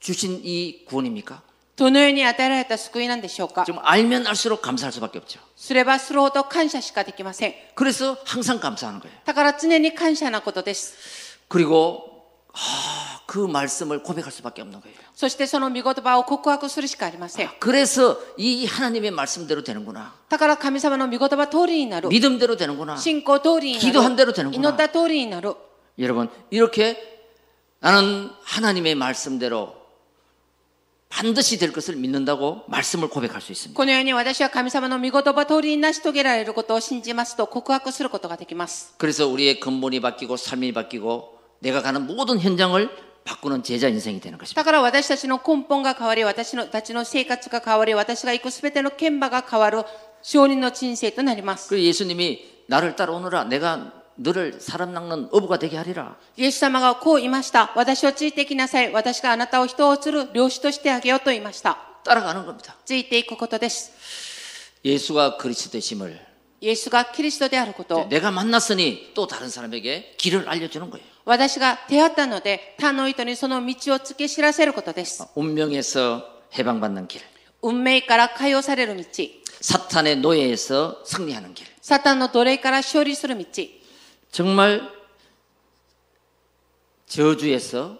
S1: 주신 이 구원입니까?
S2: どのように与えられた救いなんでしょうか
S1: 좀 알면 알수록 감사할 수밖에 없죠.
S2: すればするほど感謝しかできません。
S1: 그래서 항상 감사하는 거예요.
S2: だから常に感謝なことです。
S1: 그리고 하, 그 말씀을 고백할 수밖에 없는 거예요.
S2: そしてその見言葉を告白するしかありません。
S1: 그래서 이 하나님의 말씀대로 되는구나.
S2: だから神様の見言葉通りになる。
S1: 믿음대로 되는구나.
S2: 信仰通りに
S1: 기도한대
S2: な
S1: 로
S2: る
S1: 되는구나 。
S2: 祈った通りになる。
S1: 여러분, 이렇게 나는 하나님의 말씀대로 반드시 될 것을 믿는다고 말씀을 고백할 수 있습니다.
S2: このように私は神様の見言葉通りに成し遂げられることを信じますと告白することができます。
S1: 그래서 우리의 근본이 바뀌고 삶이 바뀌고 내가 가는 모든 현장을 바꾸는 제자 인생이 되는 것입니다.
S2: だから私たちの根本が変わり、私のたちの生活が変わり、私が行くすべての剣馬が変わる、証人の人生となります。
S1: 그리고 예수님이 나를 따라오너라 내가 너를 사람 낚는 어부가 되게 하리라.
S2: イエス様がこう言いました。私をついてきなさい。私があなたを人を釣る漁師としてあげようと言いました。
S1: 따라가는 겁니다.
S2: ついていくことです。
S1: 예수가 그리스도이심을
S2: イエスがキリストであることを。
S1: 내가 만났으니 또 다른 사람에게 길을 알려주는 거예요.
S2: 私が出会ったので、他の人にその道を突き知らせることです。
S1: 운명에서 해방받는 길,
S2: 運命から解放される道。
S1: 사탄의 노예에서 승리하는 길.
S2: サタンの奴隷から勝利する道。
S1: 정말 저주에서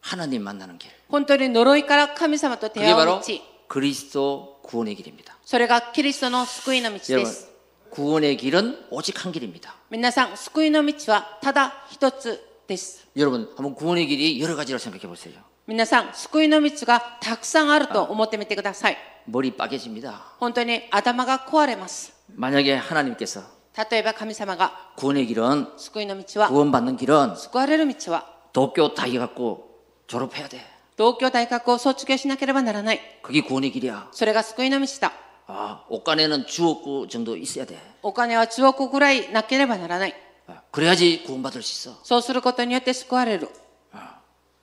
S1: 하나님 만나는 길.
S2: 本当に呪いから神様と出
S1: 그게
S2: 会う道
S1: 바로 。 그리스도 구원의 길입니다.
S2: それがキリストの救いの道で
S1: 여러분,
S2: す。
S1: 구원의 길은 오직 한 길입니다.
S2: 皆さん、救いの道はただ一つです。
S1: 여러분, 한번 구원의 길이 여러 가지로 생각해 보세요.
S2: 皆さん、救いの道がたくさんあると思ってみてください。
S1: 머리 빠개집니다.
S2: 本当に頭が壊れます。
S1: 만약에 하나님께서
S2: 例えば神様が
S1: 구원의 길은
S2: 救いの道は、
S1: 구원받는 길은
S2: 救われる道は、
S1: 도쿄 다이 갖고 졸업해야 돼.
S2: 東京大学を卒業しなければならない。
S1: 그게 구원의 길이야.
S2: それが救いの道だ。
S1: 아, 옷간에는 주옥구 정도 있어야 돼.
S2: お金は10億ぐらいなければならない。
S1: 아, 그래야지 구원받을 수 있어.
S2: そうすることによって救われる。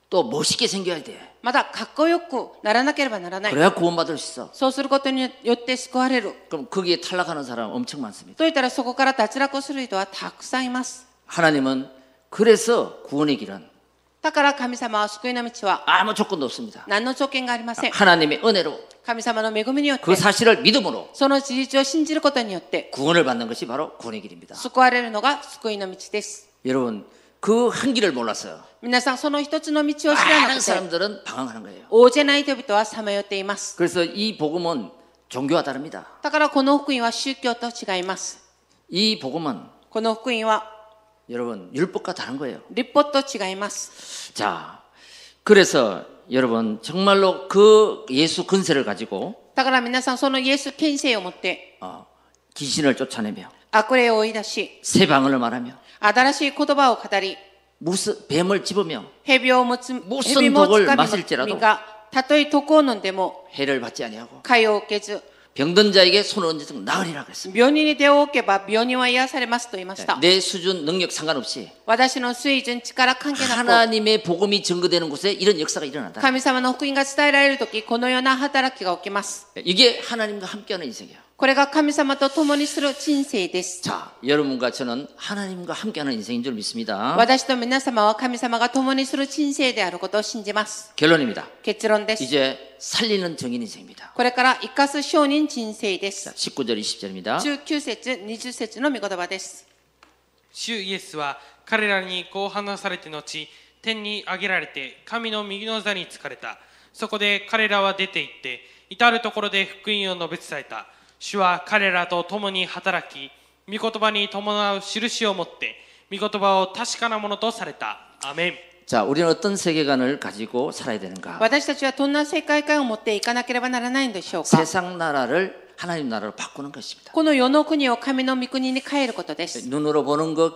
S1: 또 멋있게 생겨야 돼.
S2: まだかっこよくならなければならない。
S1: 그래야 구원받을 수 있어.
S2: そうすることによって救われる。
S1: 그럼 거기에 탈락하는 사람 엄청 많습니다.
S2: と言ったらそこから脱落する人はたくさんいます。
S1: 하나님은 그래서 구원의 길은
S2: だから神様は救いの道は
S1: 아무 조건도 없습니다.
S2: 何の条件がありません。
S1: 하나님의 은혜로
S2: 神様の恵みによって
S1: 그 、 사실을 믿음으로
S2: その事実を信じることによって、
S1: 구원을 받는 것이 바로 구원의 길입니다.
S2: 救われるのが救いの道です。
S1: 여러분 그 한 길을 몰랐어요.
S2: 皆さん、その一つの道を知ら
S1: 많은
S2: なくて、
S1: 사람들은 방황하는 거예요.
S2: 大勢ない人々はさまよっています。
S1: 그래서 이 복음은 종교와 다릅니다.
S2: だからこの福音は宗教と違います。
S1: 이 복음은
S2: この福音は
S1: 여러분 율법과 다른 거예요.
S2: 立法と違います。
S1: 자, 그래서 여러분 정말로 그 예수 근세를 가지고
S2: だから皆さん、そのイエス権勢を持って、
S1: 어, 귀신을 쫓아내며
S2: 悪霊を追い出し、
S1: 새 방언을 말하며
S2: 新しい言葉を語り、
S1: 무슨 뱀을 집으며
S2: 蛇を持つ、
S1: 무슨
S2: 蛇も
S1: 독을
S2: つかみ
S1: 마실지라도
S2: 身が、たとえ毒を飲んでも、
S1: 해를 받지 아니하고
S2: 害を受けず、
S1: 병든 자에게 손을 얹어서 나으리라 그랬습니다.
S2: 病人に手を置けば病人は癒されますと言いました。
S1: 내 수준 능력 상관없이
S2: 私の水準、力関係なく、
S1: 하나님의 복음이 증거되는 곳에 이런 역사가 일어난다.
S2: 神様の福音が伝えられるとき、このような働きが起きます。
S1: 이게 하나님과 함께하는 인생이야.
S2: これが神様と共にする人生です。
S1: 자, 여러분과 저는 하나님과 함께하는 인생인 줄 믿습니다.
S2: 私と皆様は神様が共にする人生であることを信じます。
S1: 결론입니다.
S2: 結論です。
S1: 이제 살리는 정인 인생입니다.
S2: これから生かす商人人生で
S1: 자,
S2: す。
S1: 19절 20절입니다.
S2: 19節、20節の御言葉です。
S3: 主イエスは彼らにこう話されて後天に上げられて神の右の座につかれたそこで彼らは出て行って至る所で福音を述べ伝えた主は彼らと共に働き御言葉に伴う印を持って御言葉を確かなものとされたアメン
S1: 자, 우리는 어떤 세계관을 가지고 살아야 되는가?
S2: 私たちはどんな世界観を持っていかなければならないのでしょうか
S1: 세상 나라를 하나님 나라로 바꾸는 것입니다.
S2: この世の国を神の御国に変えることです。
S1: 눈으로 보는 것,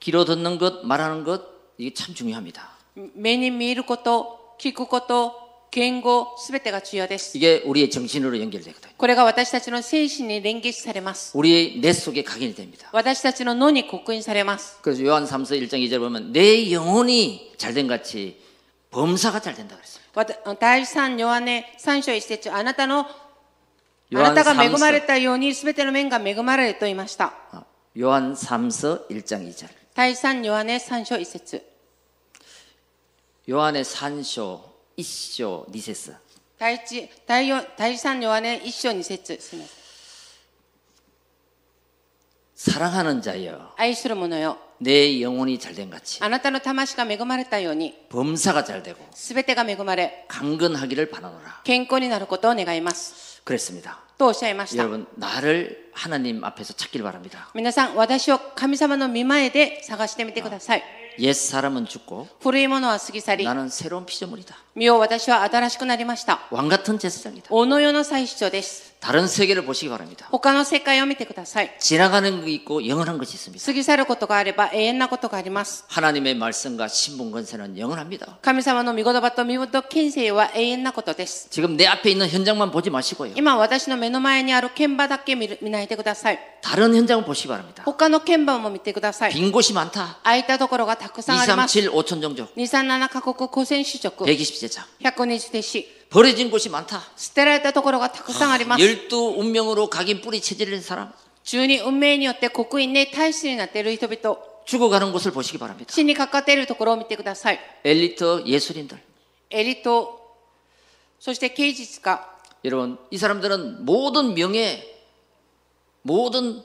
S1: 귀로 듣는 것, 말하는 것 이게 참 중요합니다.
S2: 目に見えること、聞くこと、言語、すべてが重要です。
S1: 이게 우리의 정신으로 연결되거든요.
S2: これが私たちの精神に連結されます。
S1: 우리의 뇌 속에 각인이 됩니다.
S2: 私たちの脳に刻印されます。
S1: 그래서 요한 3서 1장 2절 보면 내 영혼이 잘된 같이 범사가 잘 된다 그랬어요.
S2: わた第3ヨハネ3章1節あなたの、あな
S1: 요한
S2: たが恵まれ
S1: 3서,
S2: たようにすべての面が恵まれると言いました。
S1: 어, 요한 3서 1장 2절.
S2: 第3ヨハネ3章1節
S1: 요한의 산쇼, 이쇼, 니세스.
S2: 第一第四第3ヨハネ1章2節すみません
S1: 사랑하는 자여,
S2: 愛する者よ。
S1: 내 영혼이 잘된 같이
S2: あなたの魂が恵まれたように、
S1: 범사가 잘 되고
S2: すべてが恵まれ、
S1: 강건하기를 바라노라.
S2: 健康になることを願います。
S1: 그랬습니다.
S2: とおっしゃいました。
S1: 여러분, 나를 하나님 앞에서 찾길 바랍니다.
S2: 皆さん、私を神様の御前で探してみてください。
S1: 옛 사람은 죽고
S2: 古いものは過ぎ去り、
S1: 나는 새로운 피조물이다.
S2: 身を私は新しくなりました。
S1: 왕 같은 제사장이다.
S2: おの世の最主張です。
S1: 다른 세계를 보시기 바랍니다.
S2: 他の世界を見てください。
S1: 지나가는 게 있고 영원한 것이 있습니다.
S2: 過ぎ去ることがあれば永遠なことがあります。
S1: 하나님의 말씀과 신분 권세는 영원합니다.
S2: 神様の御言葉と御言権勢は永遠なことです。
S1: 지금 내 앞에 있는 현장만 보지 마시고요.
S2: 今私の目の前にある剣馬だけ見る見ないでください。
S1: 다른 현장을 보시기 바랍니다.
S2: 他の剣馬も見てください。
S1: 빈 곳이 많다.
S2: 空いたところがたくさんあります。
S1: 237, 5천 종족,
S2: 237カ国5000種族、
S1: 120제자.
S2: 120弟子、
S1: 버려진 곳이 많다.
S2: 捨てられたところがたくさんあります。
S1: 열두 운명으로 각인 뿌리 체질인 사람.
S2: 十二運命によって刻印で大使になっている人々、
S1: 죽어가는 곳을 보시기 바랍니다.
S2: 死にかかっているところを見てください。
S1: 엘리트 예술인들.
S2: エリト、そして芸術家、
S1: 여러분, 이 사람들은 모든 명예, 모든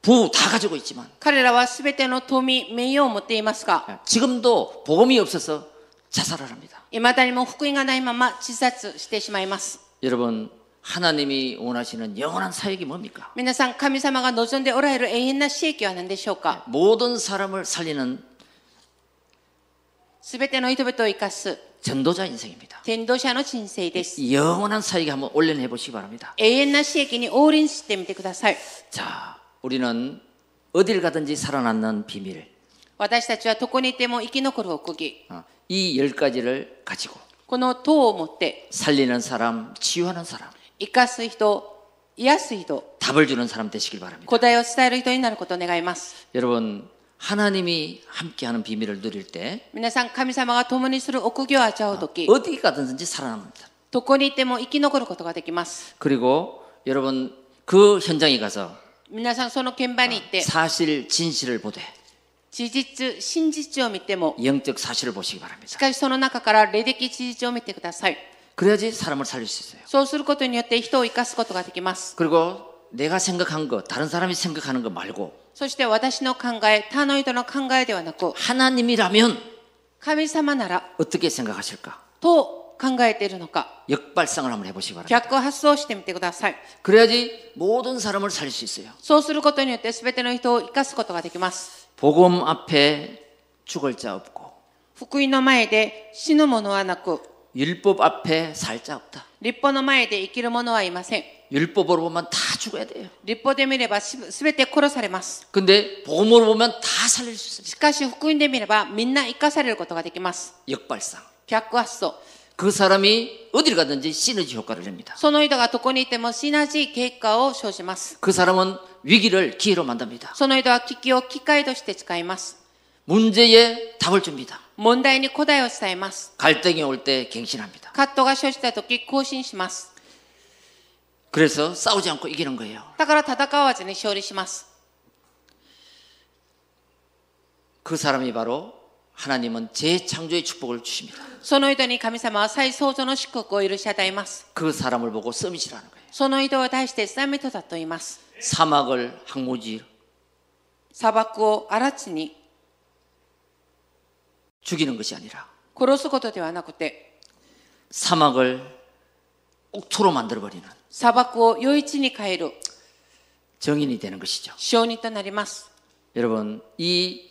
S1: 부 다 가지고 있지만
S2: 彼らはすべての富、名誉を持っていますが、
S1: 지금도 복음이 없어서 자살을 합니다.
S2: いまだにも福音がないまま自殺してしまいます。
S1: 여러분, 하나님이 원하시는 영원한 사역이 뭡니까?
S2: 皆さん、神様が望んでおられる永遠な刺激は何でしょうか
S1: 모든 사람을 살리는
S2: すべての人々を生かす、
S1: 전도자 인생입니다.
S2: 伝道者の人生です。
S1: 영원한 사역에 한번 올려내 보시기 바랍니다.
S2: 永遠な刺激に横臨してみてください。
S1: 자, 우리는 어딜 가든지 살아남는 비밀,
S2: 私たちはどこにいても生き残る奥義。
S1: 어, 이 열 가지를 가지고
S2: この塔を持って、
S1: 살리는 사람, 치유하는 사람,
S2: 生かす人、癒す人、
S1: 답을 주는 사람 되시길 바랍니다.
S2: 答えを伝える人になることを願います。
S1: 여러분, 하나님이 함께하는 비밀을 누릴 때
S2: 皆さん、神様が共にする奥義を味わうとき、
S1: 어디 가든지 살아남는다.
S2: どこにいても生き残ることができます。
S1: 그리고 여러분 그 현장에 가서
S2: 네. 皆さん、その現場に行って、
S1: 사실 진실을 보되
S2: 事事実、真実を見ても、
S1: 영적 사실을 보시기 바랍니다.
S2: しかしその中から霊的事実を見てください。
S1: 그래야지 사람을 살릴 수 있어요.
S2: そうすることによって人を生かすことができます。
S1: 그리고 내가 생각한 것, 다른 사람이 생각하는 것 말고
S2: そして私の考え、他の人の考えではなく、
S1: 하나님이라면
S2: 神様なら、
S1: 어떻게 생각하실까?
S2: と考えているのか、
S1: 역발상을 한번 해보시기 바랍니다.
S2: 逆を発想してみてください。
S1: 그래야지 모든 사람을 살릴 수 있어요.
S2: そうすることによって全ての人を生かすことができます。
S1: 복음 앞에 죽을 자 없고
S2: 福音の前で死ぬ者はなく、
S1: 율법 앞에 살 자 없다.
S2: 立法の前で生きる者はいません。
S1: 율법으로 보면 다 죽어야 돼요.
S2: 立法で見ればし全て殺されます。
S1: 근데 복음으로 보면 다 살릴 수 있어요.
S2: しかし福音で見ればみんな生かされることができます。
S1: 역발상.
S2: 逆発想。
S1: 그 사람이 어디를 가든지 시너지 효과를 냅니다.
S2: その人がどこにいてもシナジー結果を生じます。
S1: 그 사람은 위기를 기회로 만듭니다.
S2: その人は危機を機会として使います。
S1: 문제에 답을 줍니다.
S2: 問題に答えを伝えます。
S1: 갈등이 올 때 갱신합니다.
S2: 葛藤が生じた時更新します。
S1: 그래서 싸우지 않고 이기는 거예요.
S2: だから戦わずに勝利します。
S1: 그 사람이 바로 하나님은 재창조의 축복을 주십니다.
S2: その人に神様は再創造の祝福を許し与えます。
S1: 그 사람을 보고 써밋이라는 거예요.
S2: その人を対してサミトだと言います。
S1: 사막을 항무지
S2: 砂漠を荒地に
S1: 죽이는 것이 아니라
S2: 殺すことではなくて、
S1: 사막을 옥토로 만들어버리는
S2: 砂漠を余市に変える
S1: 정인이 되는 것이죠.
S2: 証人となります。
S1: 여러분, 이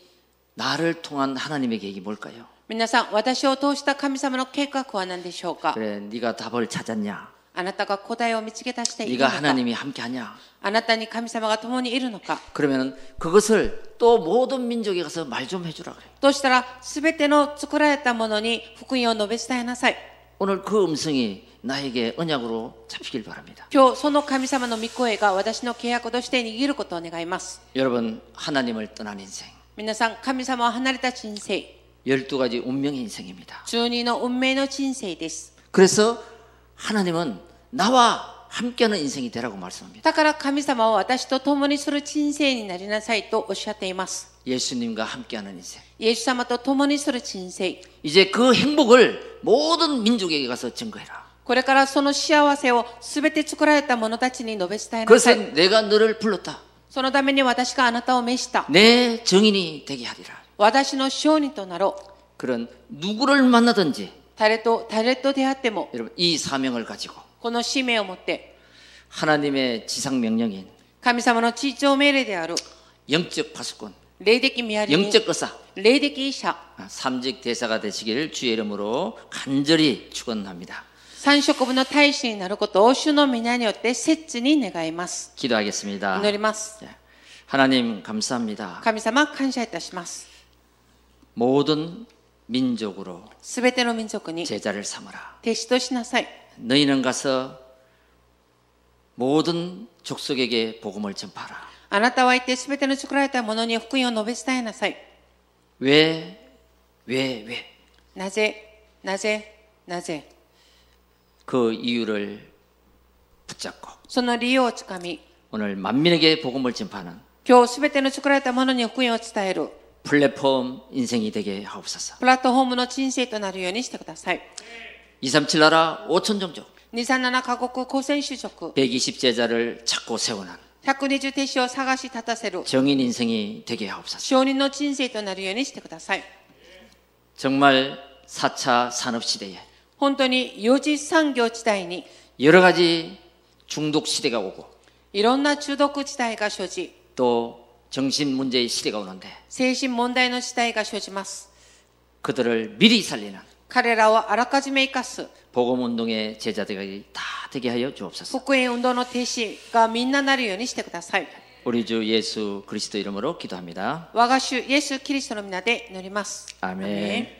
S1: 나를 통한 하나님의 계획이 뭘까요?
S2: 皆さん、私を通した神様の計画は何でしょうか
S1: 그래, 네가 답을 찾았냐?
S2: あなたが答えを見つけ出しているの
S1: 네가
S2: か
S1: 하나님이 함께하냐?
S2: あなたに神様が共にいるのか
S1: 그러면 그것을 또 모든 민족에 가서 말 좀 해주라 그래.
S2: としたら、すべての作られたものに福音を述べ伝えなさい。
S1: 오늘 그 음성이 나에게 언약으로 잡히길 바랍니다.
S2: 今日、その神様の御声が私の契約として握ることを願います。
S1: 여러분, 하나님을 떠난 인생,
S2: 皆さん、神様を離れた人生、
S1: 12가지 운명의 인생입니다.
S2: 中二の運命の人生です。
S1: 그래서 하나님은 나와 함께하는 인생이 되라고 말씀합니다.
S2: だから神様を私と共にする人生になりなさいとおっしゃっています。
S1: 예수님과 함께하는 인생.
S2: イエス様と共にする人生。
S1: 이제 그 행복을 모든 민족에게 가서 증거해라.
S2: これからその幸せをすべて作られた者たちに述べ伝えなさい。
S1: 그것은 내가 너를 불렀다.
S2: そのために私があなたを召した。
S1: 내 증인이 되게 하리라.
S2: 私の証人となろう。
S1: 그런 누구를 만나든지
S2: 誰と、誰と出会っても、
S1: 여러분 이 사명을 가지고
S2: この使命を持って、
S1: 하나님의 지상 명령인
S2: 神様の地上命令である、
S1: 영적 파수꾼,
S2: 霊的見張り人
S1: 영적 의사, 아,
S2: 霊的医者、
S1: 삼직 대사가 되시기를 주의 이름으로 간절히 축원합니다.
S2: 三色分の大使になることを主の皆によって切に願います。
S1: 기도하겠습니다.
S2: 祈ります。
S1: 예. 하나님 감사합니다.
S2: 神様、感謝いたします。
S1: 모든 민족으로
S2: すべての民族に
S1: 제자를 삼으라.
S2: 弟子としなさい。
S1: 너희는 가서 모든 족속에게 복음을 전파하라.
S2: あなたは行ってすべての作られたものに福音を述べ伝えなさい。
S1: 왜, 왜, 왜?
S2: なぜ、なぜ、なぜ。
S1: 그 이유를 붙잡고
S2: その理由をつかみ、
S1: 오늘 만민에게 복음을 전파하는
S2: 今日すべての作られたものに福音を伝える、
S1: 플랫폼 인생이 되게 하옵소서.
S2: プラットフォームの人生となるようにしてください。
S1: 237 나라 5천 종족
S2: 237カ国高専就職、
S1: 120 제자를 찾고 세우는
S2: 120弟子を探し立たせる、
S1: 정인 인생이 되게 하옵소서.
S2: 証人の人生となるようにしてください。
S1: 정말 4차 산업 시대에
S2: 本当に四次産業時代に、
S1: 여러 가지 중독 시대가 오고
S2: いろんな中毒時代が生じ、
S1: 또 정신 문제의 시대가 오는데
S2: 精神問題の時代が生じます。
S1: 그들을 미리 살리는
S2: 彼らをあらかじめ生かす、
S1: 복음 운동의 제자들이 다 되게 하여 주옵소서.
S2: 福音運動の弟子がみんななるようにしてください。
S1: 우리 주 예수 그리스도 이름으로 기도합니다.
S2: 我が主イエス・キリストの皆で祈ります。
S1: 아멘.
S2: アメン